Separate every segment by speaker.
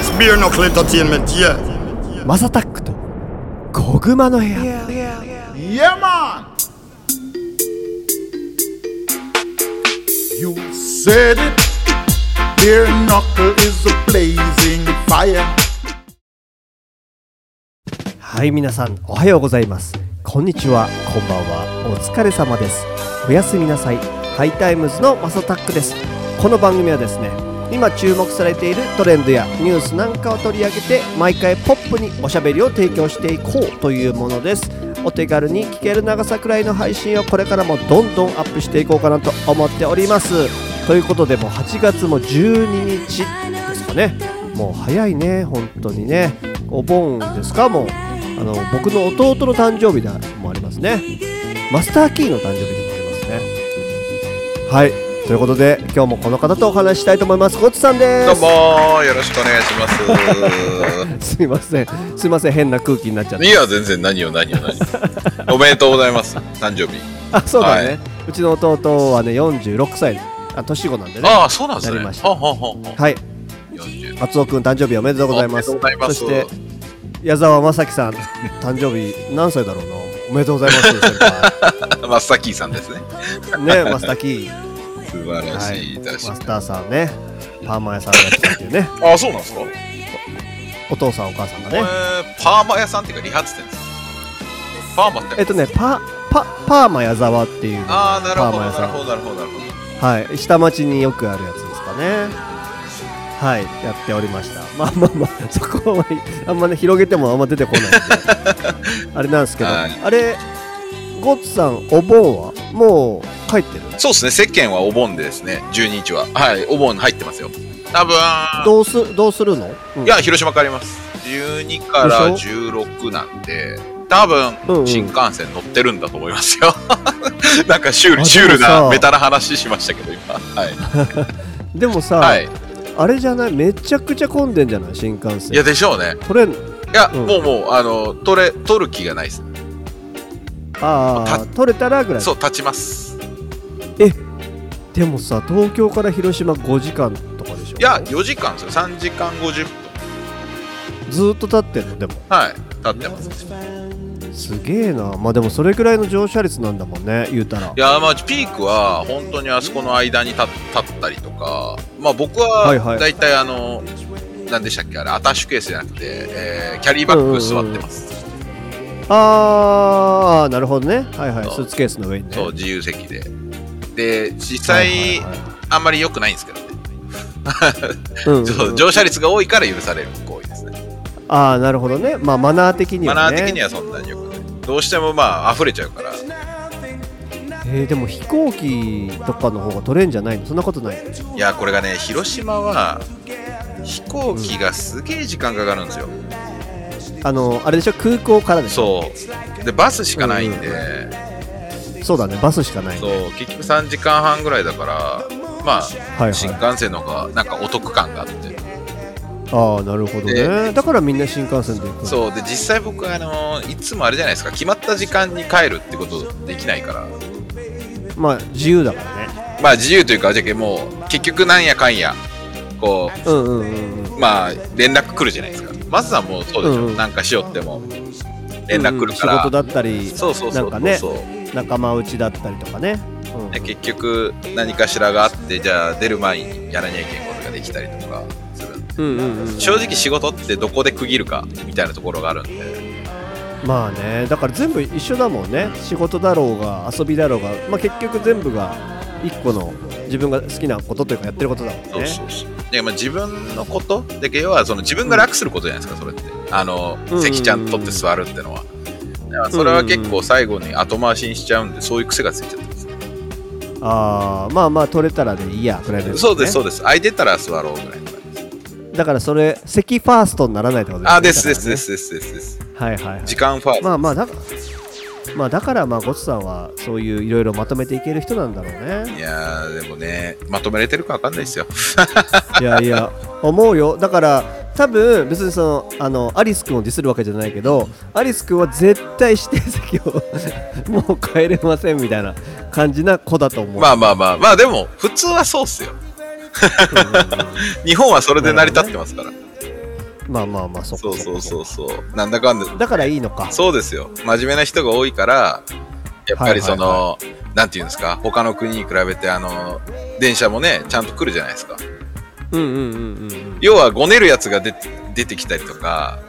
Speaker 1: Zbir nog entertainment, yeah.
Speaker 2: マサタックとゴグマの部屋
Speaker 1: Yeah, man! You said it. Beer knuckle is a blazing fire.
Speaker 2: はい皆さんおはようございますこんにちはこんばんはお疲れ様ですおやすみなさいハイタイムズのマサタックですこの番組はですね今注目されているトレンドやニュースなんかを取り上げて毎回ポップにおしゃべりを提供していこうというものですお手軽に聞ける長さくらいの配信をこれからもどんどんアップしていこうかなと思っておりますということでもう8月も12日ですかねもう早いね本当にねお盆ですかもうあの僕の弟の誕生日でもありますねマスターキーの誕生日でもありますねはいということで今日もこの方とお話ししたいと思いますゴッツさんです
Speaker 3: どうもーよろしくお願いし ます
Speaker 2: みませんすいません変な空気になっちゃっ
Speaker 3: す。い
Speaker 2: て
Speaker 3: や全然何よ何よ何よ。おめでとうございます誕生日。
Speaker 2: あそうだね、
Speaker 3: はいう
Speaker 2: ちの弟はね46歳 あ年子なんでね
Speaker 3: ああそうなんで
Speaker 2: な
Speaker 3: す
Speaker 2: り
Speaker 3: ね。
Speaker 2: ました
Speaker 3: ほんほんほんほん。
Speaker 2: はい
Speaker 3: 40
Speaker 2: 松尾くん誕生日おめでとうございます
Speaker 3: おめでとうございます
Speaker 2: そして矢沢雅樹さん誕生日何歳だろうなおめでとうございます 先輩
Speaker 3: マスターキーさんですね。
Speaker 2: ねマスターキー、
Speaker 3: 素晴ら
Speaker 2: は
Speaker 3: しい
Speaker 2: い、マ
Speaker 3: 確か
Speaker 2: スターさんねパーマ屋さんが来たっていうね
Speaker 3: に。ああそうなんですか。
Speaker 2: お父さんお母さんが
Speaker 3: え
Speaker 2: ね
Speaker 3: ーパーマ屋さんっていうか理髪店ですか。パーマって。
Speaker 2: えっとねパパパーマ矢沢っていう
Speaker 3: ああなるほど
Speaker 2: パーマ屋さ
Speaker 3: なんるほどなるほどなるほど。
Speaker 2: はい下町によくあるやつですかねはいやっておりましたまあまあまあそこはあんまね広げてもあんま出てこ ないんであれなんですけど、
Speaker 3: はい
Speaker 2: あれゴッツさんお盆はもう帰ってる
Speaker 3: そうですね世間はお盆でですね12日ははいお盆入ってますよ。多分。
Speaker 2: どうすどうするの、うん
Speaker 3: いや、広島帰ります。12から
Speaker 2: で
Speaker 3: 16なんで、多
Speaker 2: うんうん
Speaker 3: 分、新幹線乗ってるんだと思いますよ。 なんかシュー
Speaker 2: あ
Speaker 3: ル、シュール
Speaker 2: でも
Speaker 3: な、
Speaker 2: さ
Speaker 3: ベタな話しましたけど、今。はい。
Speaker 2: でもさ、
Speaker 3: はい。
Speaker 2: あれじゃないめちゃくちゃ混んでんじゃない新幹
Speaker 3: いや、
Speaker 2: 線
Speaker 3: でしょうね。
Speaker 2: これ
Speaker 3: いや、
Speaker 2: うん
Speaker 3: もうもう、あの、取れ、取る気がないです。
Speaker 2: ああ
Speaker 3: た
Speaker 2: 取れたらぐらい
Speaker 3: そう、立ちます。
Speaker 2: でもさ東京から広島5時間とかでしょ
Speaker 3: いや、4時間ですよ。3時間50分。
Speaker 2: ずーっと立ってんのでも
Speaker 3: はい。立ってます。
Speaker 2: すげえなまあでもそれぐらいの乗車率なんだもんね言うたら
Speaker 3: いや、まあ、ピークは、本当にあそこの間に立立ったりとか、まあ、僕
Speaker 2: はい
Speaker 3: は
Speaker 2: はい、
Speaker 3: 大体、あの、なんでしたっけ、あれ、アタッシュケースじゃなくて、えーキャリーバッグ座ってます。
Speaker 2: ああなるほどねはいはい
Speaker 3: そう
Speaker 2: スーツケースの上にね
Speaker 3: そう、自由席で。で、実
Speaker 2: は
Speaker 3: 際、
Speaker 2: いはいは
Speaker 3: あんまり良くないんですけどね。
Speaker 2: いうんうん
Speaker 3: そう乗車率が多いから許される行為ですね。
Speaker 2: ああなるほどねまあマナー的には
Speaker 3: マ
Speaker 2: ね
Speaker 3: ナー的にはそんなに良くない。どうしてもまあ、溢れちゃうから。い
Speaker 2: えーでも飛行機とかの方が取れんじゃないのそんなことない
Speaker 3: や、これがね、広島は、飛行機がすげえ時間かかるんですよ。
Speaker 2: あのあれでしょ空港からでしょ
Speaker 3: そう。で、バスしかないんで、
Speaker 2: そうだねバスしかないね
Speaker 3: そう、結局3時間半ぐらいだから、まあ、
Speaker 2: はい
Speaker 3: 新
Speaker 2: はい
Speaker 3: 幹線の方がなんかお得感があって。
Speaker 2: ああなるほどね
Speaker 3: で
Speaker 2: だからみんな新幹線で行く
Speaker 3: そうで実際僕あのいつもあれじゃないですか決まった時間に帰るってことできないから
Speaker 2: まあ自由だからね
Speaker 3: まあ自由というかじゃけもう結局なんやかんやこ
Speaker 2: うんうんうんうん
Speaker 3: うまあ連絡来るじゃないですかまずはもうそうでしょ、
Speaker 2: うん
Speaker 3: なんかしようっても連絡来るから、
Speaker 2: うん仕事だったり
Speaker 3: そうそうそうそう
Speaker 2: なんかね
Speaker 3: そう
Speaker 2: 仲間内だったりとかね、うん
Speaker 3: で結局何かしらがあってじゃあ出る前にやらなきゃいけないことができたりとかする
Speaker 2: うんうんうん、
Speaker 3: 正直仕事ってどこで区切るかみたいなところがあるんで
Speaker 2: まあねだから全部一緒だもんね仕事だろうが遊びだろうが、まあ、結局全部が一個の自分が好きなことというかやってることだもんね
Speaker 3: そうそうそうでまあ自分のことで要はその自分が楽することじゃないですかそれってあの、
Speaker 2: うん
Speaker 3: 席ちゃんとって座るってのはだからそれは結構最後に後回しにしちゃうんでそういう癖がついちゃってます
Speaker 2: あーまあまあ取れたらでいいやくらいです、ね、
Speaker 3: そうです、そうです。空いてたら座ろうぐらいの感じです。
Speaker 2: だからそれ席ファーストにならないってことですね
Speaker 3: あ、です、
Speaker 2: だ
Speaker 3: で
Speaker 2: から
Speaker 3: す、
Speaker 2: ね
Speaker 3: です、です、です、です。
Speaker 2: はいはい、はい、
Speaker 3: 時間ファース
Speaker 2: まあまあだからまあだからまあゴツさんはそういういろいろまとめていける人なんだろうね
Speaker 3: ト。いやー、でもね、まとめれてるかわかんないですよ。
Speaker 2: いやいや思うよだから多分別にそのあのアリス君をディスるわけじゃないけどアリス君は絶対指定席を もう帰れませんみたいな感じな子だと思う、
Speaker 3: まあまあまあ、まあで も、普通はそうっすよ。日本はそれで成り立ってますから。
Speaker 2: まあまあまあそっか
Speaker 3: そうそ
Speaker 2: そ
Speaker 3: う
Speaker 2: っ
Speaker 3: そうそうなんだかんだ
Speaker 2: かだからいいのか
Speaker 3: そうですよ真面目な人が多いからやっぱりその、
Speaker 2: はい
Speaker 3: なんていうんですか他の国に比べてあの電車もねちゃんと来るじゃないですか
Speaker 2: うんうんうんうんうん
Speaker 3: 要はごねるやつが出て出てきたりとか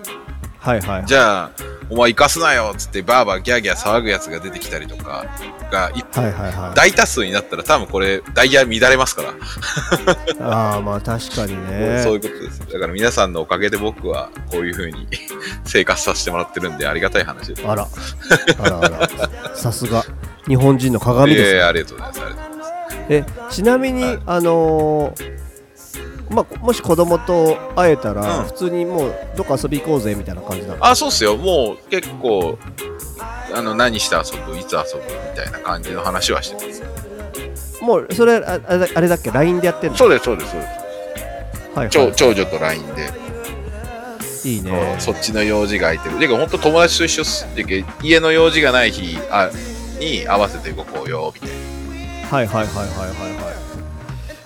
Speaker 2: はいはい
Speaker 3: じゃあお前生かすなよっつってバーバーギャーギャー騒ぐやつが出てきたりとかがい
Speaker 2: はいはいはい
Speaker 3: 大多数になったら多分これダイヤ乱れますから、
Speaker 2: ああまあ確かにね
Speaker 3: そういうことですだから皆さんのおかげで僕はこういう風に 生活させてもらってるんでありがたい話です
Speaker 2: あらあらあらさすが日本人の鏡です
Speaker 3: え
Speaker 2: ね
Speaker 3: えありがとうございますありがとうございます
Speaker 2: えちなみに、
Speaker 3: はい
Speaker 2: あのーまあ、もし子供と会えたら、
Speaker 3: うん
Speaker 2: 普通にもうどっか遊び行こうぜみたいな感じなの
Speaker 3: あそうっすよもう結構あの何して遊ぶいつ遊ぶみたいな感じの話はしてます
Speaker 2: もうそれああれだあれだっけ LINE でやってんの、
Speaker 3: そうですそうですそうです
Speaker 2: はいは
Speaker 3: 長
Speaker 2: い、
Speaker 3: 長女と LINE で
Speaker 2: いいね
Speaker 3: そっちの用事が空いてる。てか、本当友達と一緒っす。てか家の用事がない日あに合わせて動こうよ、みたいな。
Speaker 2: はいはいはいはいはいはい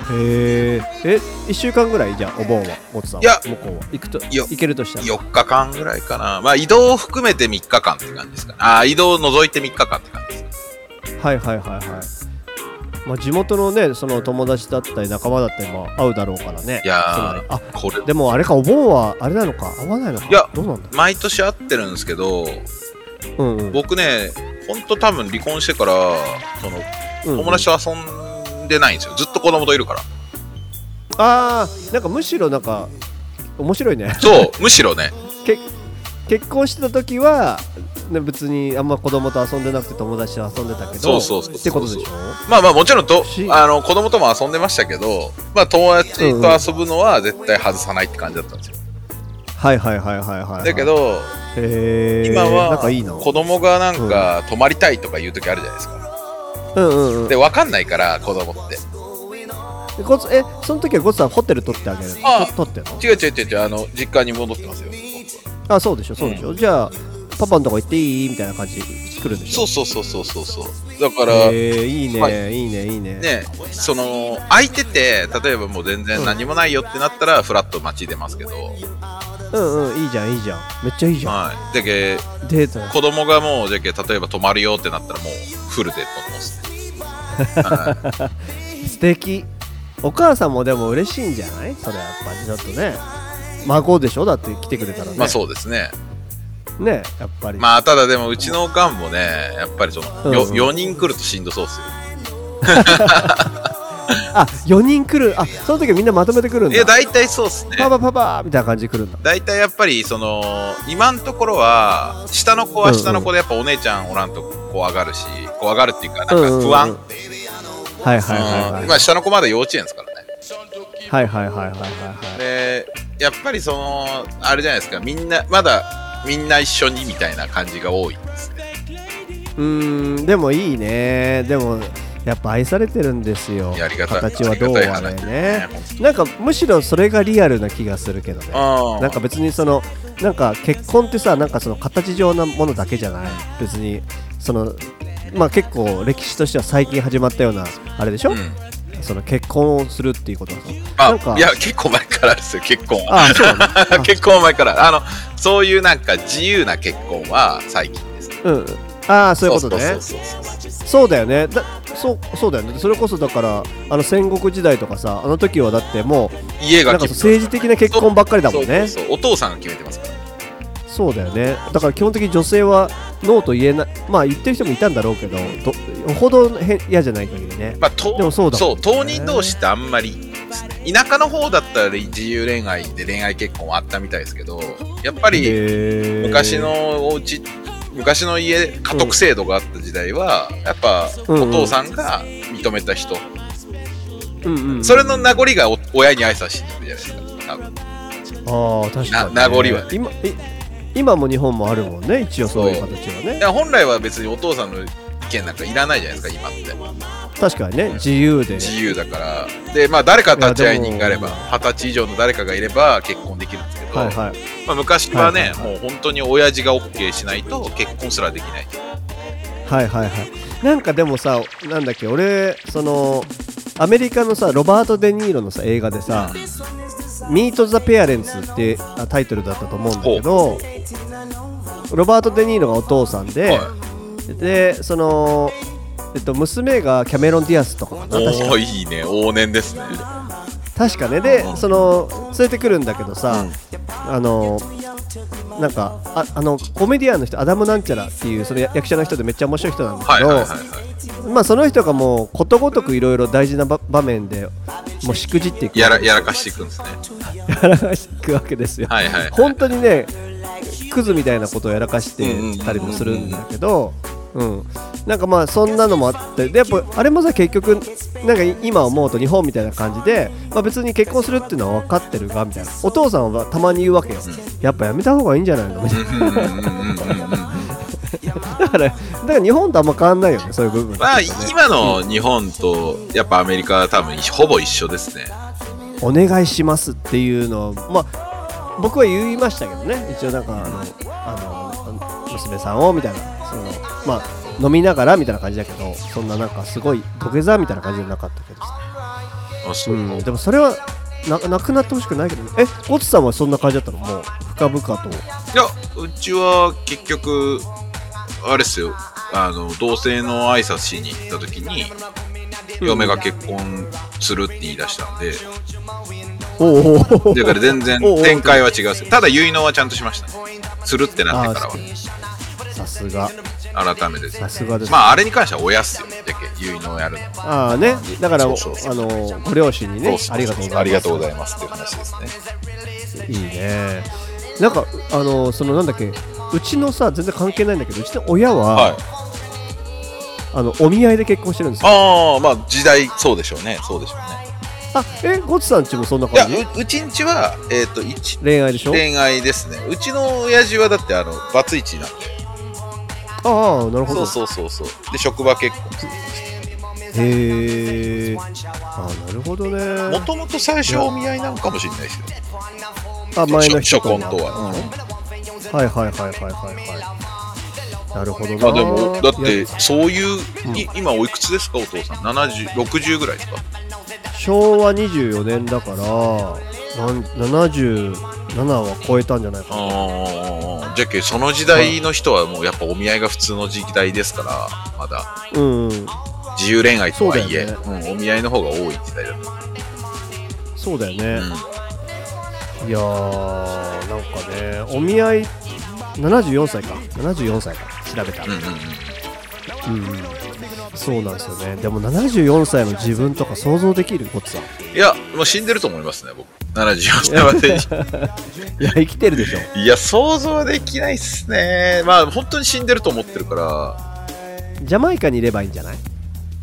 Speaker 2: へーえ1週間ぐらいじゃあお盆はおつさんはい
Speaker 3: や
Speaker 2: 向こうは行くと
Speaker 3: よ
Speaker 2: 行けるとしたら
Speaker 3: 4日間ぐらいかな。まあ、移動を含めて3日間って感じですかね。ああ、移動を除いて3日間って感じです。
Speaker 2: はいはいはいはいまあ地元のねその友達だったり仲間だったりも会うだろうからね
Speaker 3: いや
Speaker 2: その
Speaker 3: ー、
Speaker 2: あ
Speaker 3: これ、
Speaker 2: でもあれかお盆はあれなのか合わないのか
Speaker 3: いや
Speaker 2: どうなんだ
Speaker 3: 毎年会ってるんですけど、
Speaker 2: うんうん
Speaker 3: 僕ね、ほんと多分離婚してから、その、
Speaker 2: うんうん
Speaker 3: 友達と遊んでないんですよ。ずっと子供といるから。
Speaker 2: ああなんかむしろなんか面白いね
Speaker 3: そう、むしろね。
Speaker 2: け結婚してた時はね別にあんま子供と遊んでなくて友達と遊んでたけど
Speaker 3: そうそうそうそう
Speaker 2: ってことでしょ
Speaker 3: まあまあもちろんと
Speaker 2: 不思議
Speaker 3: あの子供とも遊んでましたけど、まあ、友達と遊ぶのは絶対外さないって感じだったんですよ。
Speaker 2: はいはいはいはいはい、はい、
Speaker 3: だけど、
Speaker 2: へー
Speaker 3: 今
Speaker 2: なんかいいな
Speaker 3: は子供がなんか泊まりたいとかいう時あるじゃないですか。
Speaker 2: うんうんうん
Speaker 3: で、分かんないから子供って。
Speaker 2: でゴツえその時はゴツさんホテル取ってあげる
Speaker 3: あ
Speaker 2: と取ってんの
Speaker 3: 違う違う違う違う、あの実家に戻ってますよ。僕は
Speaker 2: あそうでしょそうでしょ、じゃあパパのとこ行っていいみたいな感じで来るんでし
Speaker 3: そ
Speaker 2: ょ
Speaker 3: うそうそうそうそうそう。だから、
Speaker 2: へーいいね、、
Speaker 3: はい
Speaker 2: いねいいね
Speaker 3: ね、その空いてて例えばもう全然何もないよってなったら、フラッと街出ますけど、
Speaker 2: うんうんいいじゃんいいじゃんめっちゃいいじゃん
Speaker 3: はい、だけ
Speaker 2: デート
Speaker 3: 子供がもうじゃけ例えば泊まるよってなったらもうフルで泊まますね。はい
Speaker 2: 素敵お母さんもでも嬉しいんじゃないそれやっぱりちょっとね孫でしょだって来てくれたらね,、
Speaker 3: まあそうですね。
Speaker 2: ねやっぱり、
Speaker 3: まあただでもうちのおかんもね、やっぱりその、よ
Speaker 2: うんうん
Speaker 3: 4人来るとしんどそうっすよ。
Speaker 2: あ4人来るあその時はみんなまとめて来るん
Speaker 3: い
Speaker 2: だ
Speaker 3: や、大体そうっすね。
Speaker 2: パパパパみたいな感じで来るんだ
Speaker 3: 大体やっぱりその、今のところは、下の子は下の子でやっぱお姉ちゃんおらんと怖がるし、怖がるっていうか、なんか不
Speaker 2: うんうんうん
Speaker 3: 安。
Speaker 2: はいはいはいは
Speaker 3: う
Speaker 2: い
Speaker 3: んまあ下の子まだ幼稚園ですからね。
Speaker 2: はいはいはいはいはいはい
Speaker 3: で、やっぱりその、あれじゃないですか、みんな、まだみんな一緒にみたいな感じが多いですね。
Speaker 2: うーんでもいいねでもやっぱ愛されてるんですよ
Speaker 3: いやありがたい。
Speaker 2: 形はどうあれね
Speaker 3: ありがたい話ですね
Speaker 2: なんかむしろそれがリアルな気がするけどね
Speaker 3: うん
Speaker 2: なんか別にそのなんか結婚ってさなんかその形上なものだけじゃない別にそのまあ結構歴史としては最近始まったようなあれでしょ、
Speaker 3: うん
Speaker 2: その結婚をするっていうことはさなん
Speaker 3: あ
Speaker 2: か
Speaker 3: いや結構前からですよ結婚は
Speaker 2: あそうだねあ
Speaker 3: 結婚前からあのそういうなんか自由な結婚は最近ですね
Speaker 2: うんああそういうことねそう
Speaker 3: そうそうそうそう
Speaker 2: だよねだそうそうだよねそれこそだからあの戦国時代とかさあの時はだっても
Speaker 3: 家
Speaker 2: うな
Speaker 3: が
Speaker 2: んかそう政治的な結婚ばっかりだもんね
Speaker 3: そうそうそうお父さんが決めてますから
Speaker 2: そうだよねだから基本的に女性はノーと言えないまあ言ってる人もいたんだろうけどどよほどへ嫌じゃない限りね
Speaker 3: まあと
Speaker 2: でもそうだもんね
Speaker 3: 当人同士ってあんまりですね田舎の方だったら自由恋愛で恋愛結婚はあったみたいですけどやっぱり
Speaker 2: へー
Speaker 3: 昔のお家昔の家家督制度があった時代は、やっぱ
Speaker 2: うんう
Speaker 3: お
Speaker 2: ん
Speaker 3: 父さんが認めた人、
Speaker 2: うんうん
Speaker 3: それの名残がお親に挨拶してるじゃないですか多分
Speaker 2: ああ確かに、
Speaker 3: な名残はね
Speaker 2: 今い今も日本もあるもんね一応そういう形はね
Speaker 3: いや本来は別にお父さんの意見なんかいらないじゃないですか今って
Speaker 2: 確かにね自由で
Speaker 3: 自由だからでまあ誰か立ち会い人がいれ
Speaker 2: い
Speaker 3: ば
Speaker 2: やで
Speaker 3: 二十歳以上の誰かがいれば結婚できるんですけど、
Speaker 2: はいはい
Speaker 3: まあ、昔はね、
Speaker 2: はいはいはい
Speaker 3: もう本当に親父が OK しないと結婚すらできない
Speaker 2: はいはいはいなんかでもさなんだっけ俺そのアメリカのさロバート・デ・ニーロのさ映画でさ「ミート・ザ・ペアレンツ」ってあタイトルだったと思うんだけどロバート・デ・ニーロがお父さんで、
Speaker 3: は
Speaker 2: でその、えっと、娘がキャメロン・ディアスとかかな確
Speaker 3: い、お
Speaker 2: か
Speaker 3: おいいね往年ですね
Speaker 2: 確かねでその連れてくるんだけどさ、あのなんかああのコメディアンの人アダム・なんちゃらっていうその役者の人でめっちゃ面白い人なんだ
Speaker 3: は
Speaker 2: け
Speaker 3: い
Speaker 2: ど、
Speaker 3: はいはいはい
Speaker 2: まあ、その人がもうことごとくいろいろ大事な場場面でもうしくじっていく
Speaker 3: やらやらかしていくんですね
Speaker 2: やらかしていくわけですよ。
Speaker 3: は いはい
Speaker 2: 本当にねクズみたいなことをやらかしてたりもするんだけど、うん、なんかまあそんなのもあってでやっぱあれもさ結局なんか今思うと日本みたいな感じで、まあ、別に結婚するっていうのは分かってるがみたいなお父さんはたまに言うわけよ、やっぱやめた方がいいんじゃないのみたい
Speaker 3: うんうんうんうんうん
Speaker 2: なだからだから日本とあんま変わんないよねそういう部分
Speaker 3: まあ今の日本とやっぱアメリカは多分ほぼ一緒ですね
Speaker 2: お願いしますっていうのをまあ僕は言いましたけどね一応なんかあのあの娘さんをみたいなそのまあ飲みながらみたいな感じだけどそんななんかすごい土下座みたいな感じじゃなかったけどさ、、
Speaker 3: あそううん
Speaker 2: でもそれはななくなってほしくないけどねえゴツさんはそんな感じだったのもう深々と
Speaker 3: いやうちは結局あれですよあの同性の挨拶しに行った時に、
Speaker 2: うん
Speaker 3: 嫁が結婚するって言い出したんで
Speaker 2: おうおうおう
Speaker 3: だから全然
Speaker 2: おうおう
Speaker 3: 展開は違うっすよただ結納はちゃんとしましたするってなってか
Speaker 2: さすが
Speaker 3: らは改めて
Speaker 2: さすがです、
Speaker 3: まああれに関しては親っすよだけ結納をやるの
Speaker 2: ああねだから
Speaker 3: そうそうそう
Speaker 2: あのご両親にねありがとうございます
Speaker 3: ありがとうございますっていう話ですね
Speaker 2: いいねなんかあのそのなんだっけうちのさ全然関係ないんだけどうちの親は、
Speaker 3: はい
Speaker 2: あのお見合いで結婚してるんですよ
Speaker 3: ああまあ時代そうでしょうねそうでしょうね
Speaker 2: あえゴツさんちもそんない
Speaker 3: や
Speaker 2: 感じ
Speaker 3: ううちんちは、えっと一
Speaker 2: 恋愛でしょ
Speaker 3: 恋愛ですねうちの親父はだってあのバツイチなんで
Speaker 2: ああなるほ
Speaker 3: そ
Speaker 2: ど
Speaker 3: うそうそうそうで職場結婚
Speaker 2: へえあなるほどね
Speaker 3: もともと最初お見合いなのかもしれないですよ
Speaker 2: あ前の
Speaker 3: 初
Speaker 2: 人
Speaker 3: 初婚
Speaker 2: な
Speaker 3: と
Speaker 2: う
Speaker 3: は
Speaker 2: んはいはいはいはいはいはいなるほどな
Speaker 3: まあでもだっ
Speaker 2: い
Speaker 3: て
Speaker 2: や
Speaker 3: そういう、い今おいくつですかお父さん70 60ぐらいですか
Speaker 2: 昭和24年だからなん77は超えたんじゃないかな
Speaker 3: ああじゃけその時代の人はもうやっぱお見合いが普通の時代ですからまだ
Speaker 2: うんうん
Speaker 3: 自由恋愛とはいえ
Speaker 2: そう
Speaker 3: うん、お見合いの方が多い時代だと、
Speaker 2: そうだよ
Speaker 3: う
Speaker 2: ね、
Speaker 3: ん、
Speaker 2: いやーなんかねお見合い74歳か74歳か調べた、
Speaker 3: うんうんうん
Speaker 2: うんうんそうなんですよねでも74歳の自分とか想像できるこっちさんい
Speaker 3: いや、もう死んでると思いますね、僕。74歳まで
Speaker 2: や生きてるでしょ
Speaker 3: に。いや、想像できないっすね。まあ、本当に死んでると思ってるから。
Speaker 2: ジャマイカにいればいいんじゃない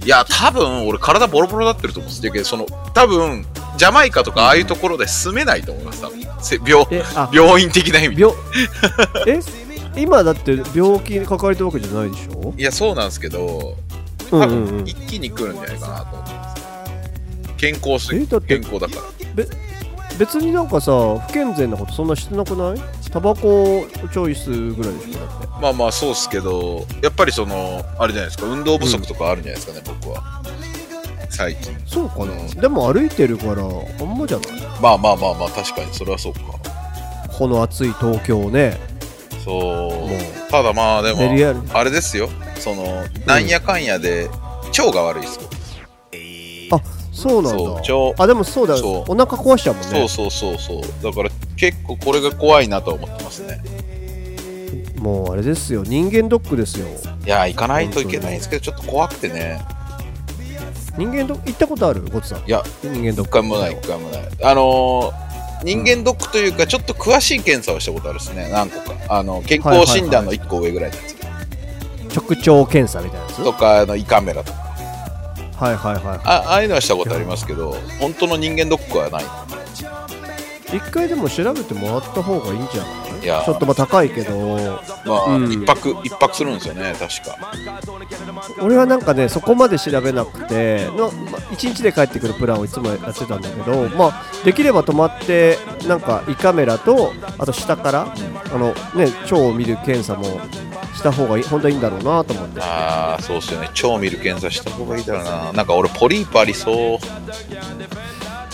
Speaker 3: いや、多分、俺、体ボロボロだってると思うんですよ。その、多分、ジャマイカとか、ああいうところで住めないと思います、多分。せ病
Speaker 2: えあ
Speaker 3: 病院的な意味で。
Speaker 2: 病 え今だって病気にかかれてるわけじゃないでしょ
Speaker 3: いや、そうなんですけど、
Speaker 2: う
Speaker 3: 多
Speaker 2: んうんう
Speaker 3: 分、
Speaker 2: ん
Speaker 3: 一気に来るんじゃないかなと思ってます。健康す
Speaker 2: えだって
Speaker 3: 健康だから。
Speaker 2: べ別になんかさ不健全なことそんなしてなくないタバコをチョイスぐらいでしょだって
Speaker 3: まあまあ、そうっすけど、やっぱりその、あれじゃないですか、運動不足とかあるんじゃないですかね、僕は。最近。
Speaker 2: そうかなでも歩いてるからあんまじゃない
Speaker 3: まあまあまあまあ、確かに、それはそうか。
Speaker 2: この暑い東京をね
Speaker 3: そう
Speaker 2: もう
Speaker 3: ただまあでも
Speaker 2: 練り歩
Speaker 3: あれですよそのなんやかんやで腸が悪いですよ、
Speaker 2: あそうなんだ
Speaker 3: そう腸
Speaker 2: あでもそうだ
Speaker 3: そう
Speaker 2: お腹壊しちゃうもん
Speaker 3: そ
Speaker 2: ね
Speaker 3: うそうそうそうだから結構これが怖いなとは思ってますね
Speaker 2: もうあれですよ人間ドックですよ
Speaker 3: いや行かないといけないんですけどちょっと怖くてね
Speaker 2: 人間ドック行ったことあるゴツさん
Speaker 3: いや
Speaker 2: 人間ドッ
Speaker 3: 一
Speaker 2: ク
Speaker 3: 回もない一回もないあのー人間ドックというかちょっと詳しい検査をしたことあるですね何個かあの健康診断の1個上ぐらいのやつ
Speaker 2: 直腸検査みたいなやつ
Speaker 3: とかあの胃カメラとか
Speaker 2: はいはいは
Speaker 3: あああいうのはしたことありますけど本当の人間ドックはない
Speaker 2: い一回でも調べてもらった方がいいんじゃない
Speaker 3: いやー
Speaker 2: ちょっとまあ高いけど
Speaker 3: まあ、
Speaker 2: うん
Speaker 3: 一泊一泊するんですよね確か
Speaker 2: 俺はなんかねそこまで調べなくての、まあ、1日で帰ってくるプランをいつもやってたんだけど、まあ、できれば泊まってなんか胃カメラとあと下からあの、ね、腸を見る検査もした方がいい本当はいいんだろうなと思って
Speaker 3: ああそうっ すよね腸見る検査した方がいいだろうななんか俺ポリープありそう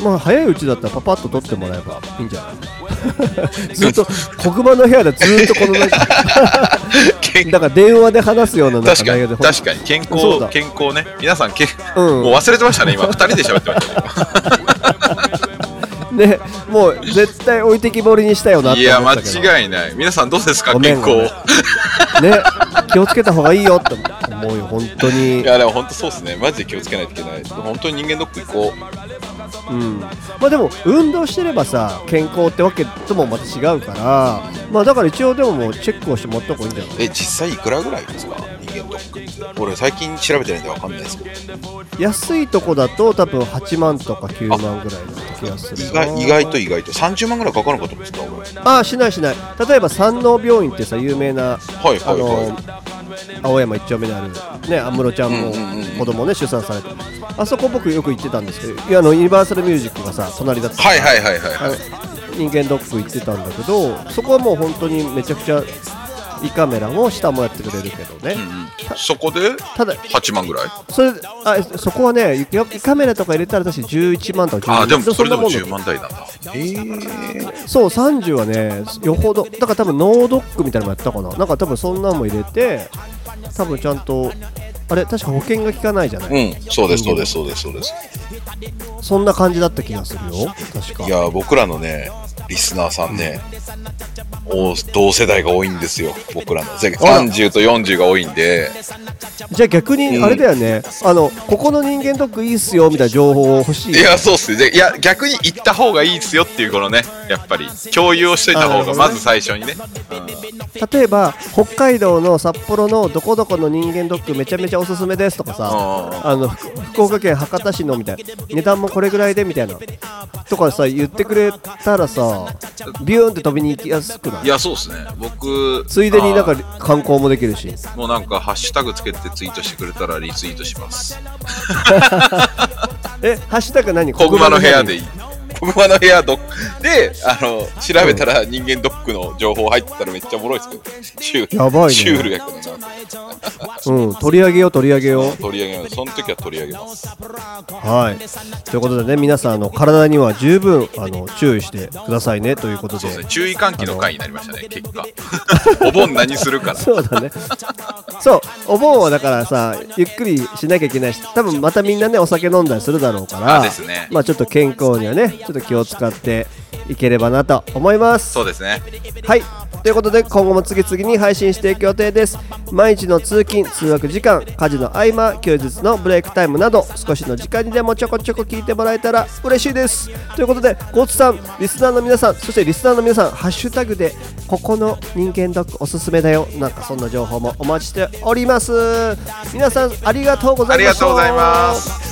Speaker 2: まあ早いうちだったらパパッと撮ってもらえばいいんじゃない ずっと黒板の部屋でずっとこのなんか
Speaker 3: 健
Speaker 2: だから電話で話すようななん
Speaker 3: 確か
Speaker 2: 内容
Speaker 3: に
Speaker 2: で
Speaker 3: 確かに健
Speaker 2: そうだ
Speaker 3: 康健康ね皆さんけ、
Speaker 2: うん
Speaker 3: もう忘れてましたね今2人で喋ってま したね
Speaker 2: ねもう絶対置いてきぼりにしたよなっ
Speaker 3: い
Speaker 2: て
Speaker 3: や
Speaker 2: 思ったけど
Speaker 3: 間違いない皆さんどうですか
Speaker 2: ごめん
Speaker 3: 健
Speaker 2: ごめん
Speaker 3: 康
Speaker 2: ね気をつけた方がいいよって思うよ本当に
Speaker 3: いやでも本当そうですねマジで気をつけないといけない本当に人間ドック行こう
Speaker 2: うん、まあでも運動してればさ健康ってわけともまた違うからまあだから一応でももうチェックをしてもらった方がいいんじゃない
Speaker 3: え実際いくらぐらいですか人間ドックって俺最近調べてないんでわかんないですけど
Speaker 2: 安いとこだと多分8万とか9万ぐらいだった気がする
Speaker 3: 意
Speaker 2: な
Speaker 3: 外意外と意外と30万ぐらいかかるのかと思ってた俺
Speaker 2: ああしないしない例えば山王病院ってさ有名なあ
Speaker 3: はいはいはい、
Speaker 2: の青山一丁目にあるね安室ちゃんも
Speaker 3: うんうんうん
Speaker 2: 子供ね出産されてあそこ僕よく行ってたんですけどいやあのユニバーサルミュージックがさ隣だったから
Speaker 3: はいはいはいはい
Speaker 2: あ
Speaker 3: は
Speaker 2: の
Speaker 3: い
Speaker 2: 人間ドック行ってたんだけどそこはもう本当にめちゃくちゃ胃カメラも下もやってくれるけどね、
Speaker 3: うんそこで
Speaker 2: ただ
Speaker 3: 8万ぐらい
Speaker 2: それあそこはね胃胃カメラとか入れたら確か11万とか12万
Speaker 3: あーでもそれでも
Speaker 2: だ
Speaker 3: 10万台なんだへえ
Speaker 2: そう30はねよほどだから多分ノードックみたいなのもやったかななんか多分そんなんも入れて多分ちゃんとあれ確か保険が効かないじゃない、
Speaker 3: うんそうですそうですそうですそうです
Speaker 2: そんな感じだった気がするよ確か
Speaker 3: いやー僕らのねリスナーさんね、お同世代が多いんですよ僕らのぜ30と40が多いんで
Speaker 2: じゃあ逆に
Speaker 3: うん
Speaker 2: あれだよね、あのここの人間ドックいいっすよみたいな情報欲しい
Speaker 3: いやそうっすねでいや逆に行った方がいいですよっていうこのねやっぱり共有をしといた方がまず最初にね
Speaker 2: 例えば北海道の札幌のどこどこの人間ドックめちゃめちゃおすすめですとかさ
Speaker 3: あ
Speaker 2: あのふ福岡県博多市のみたいな値段もこれぐらいでみたいなとかさ言ってくれたらさビューンって飛びに行きやすくない
Speaker 3: いやそうっすね僕
Speaker 2: ついでになんか
Speaker 3: あ
Speaker 2: 観光もできるし
Speaker 3: ーもうなんかハッシュタグつけてツイートしてくれたらリツイートします
Speaker 2: えハッシュタグ何
Speaker 3: 小熊の部屋でい
Speaker 2: い
Speaker 3: い小熊の部屋ドックであの調べたら人間ドックの情報入ってたらめっちゃおもろいですけどシュール
Speaker 2: やばいね
Speaker 3: シュールやけどな
Speaker 2: うん取り上げよう取り上げよう
Speaker 3: 取り上げ ますその時は取り上げます
Speaker 2: はいということでね皆さんあの体には十分あの注意してくださいねということで
Speaker 3: そうですね、注意喚起の回になりましたね、結果。 お盆何するか ら。
Speaker 2: そうだね。そう、お盆はだからさ、ゆっくりしなきゃいけないし、多分またみんなね、お酒飲んだりするだろうから、
Speaker 3: あですね
Speaker 2: まあちょっと健康にはね、ちょっと気を使っていければなと思います。
Speaker 3: そうですね。
Speaker 2: はい。ということで、今後も次々に配信していく予定です。毎日の通勤、通学時間、家事の合間、休日のブレイクタイムなど、少しの時間にでもちょこちょこ聞いてもらえたら嬉しいです。ということで、ゴツさん、リスナーの皆さん、そしてリスナーの皆さん、ハッシュタグで、ここの人間ドックおすすめだよ、なんかそんな情報もお待ちしております。皆さん、ありがとうござ
Speaker 3: あ
Speaker 2: い
Speaker 3: り
Speaker 2: ま
Speaker 3: が
Speaker 2: した。
Speaker 3: とうございます。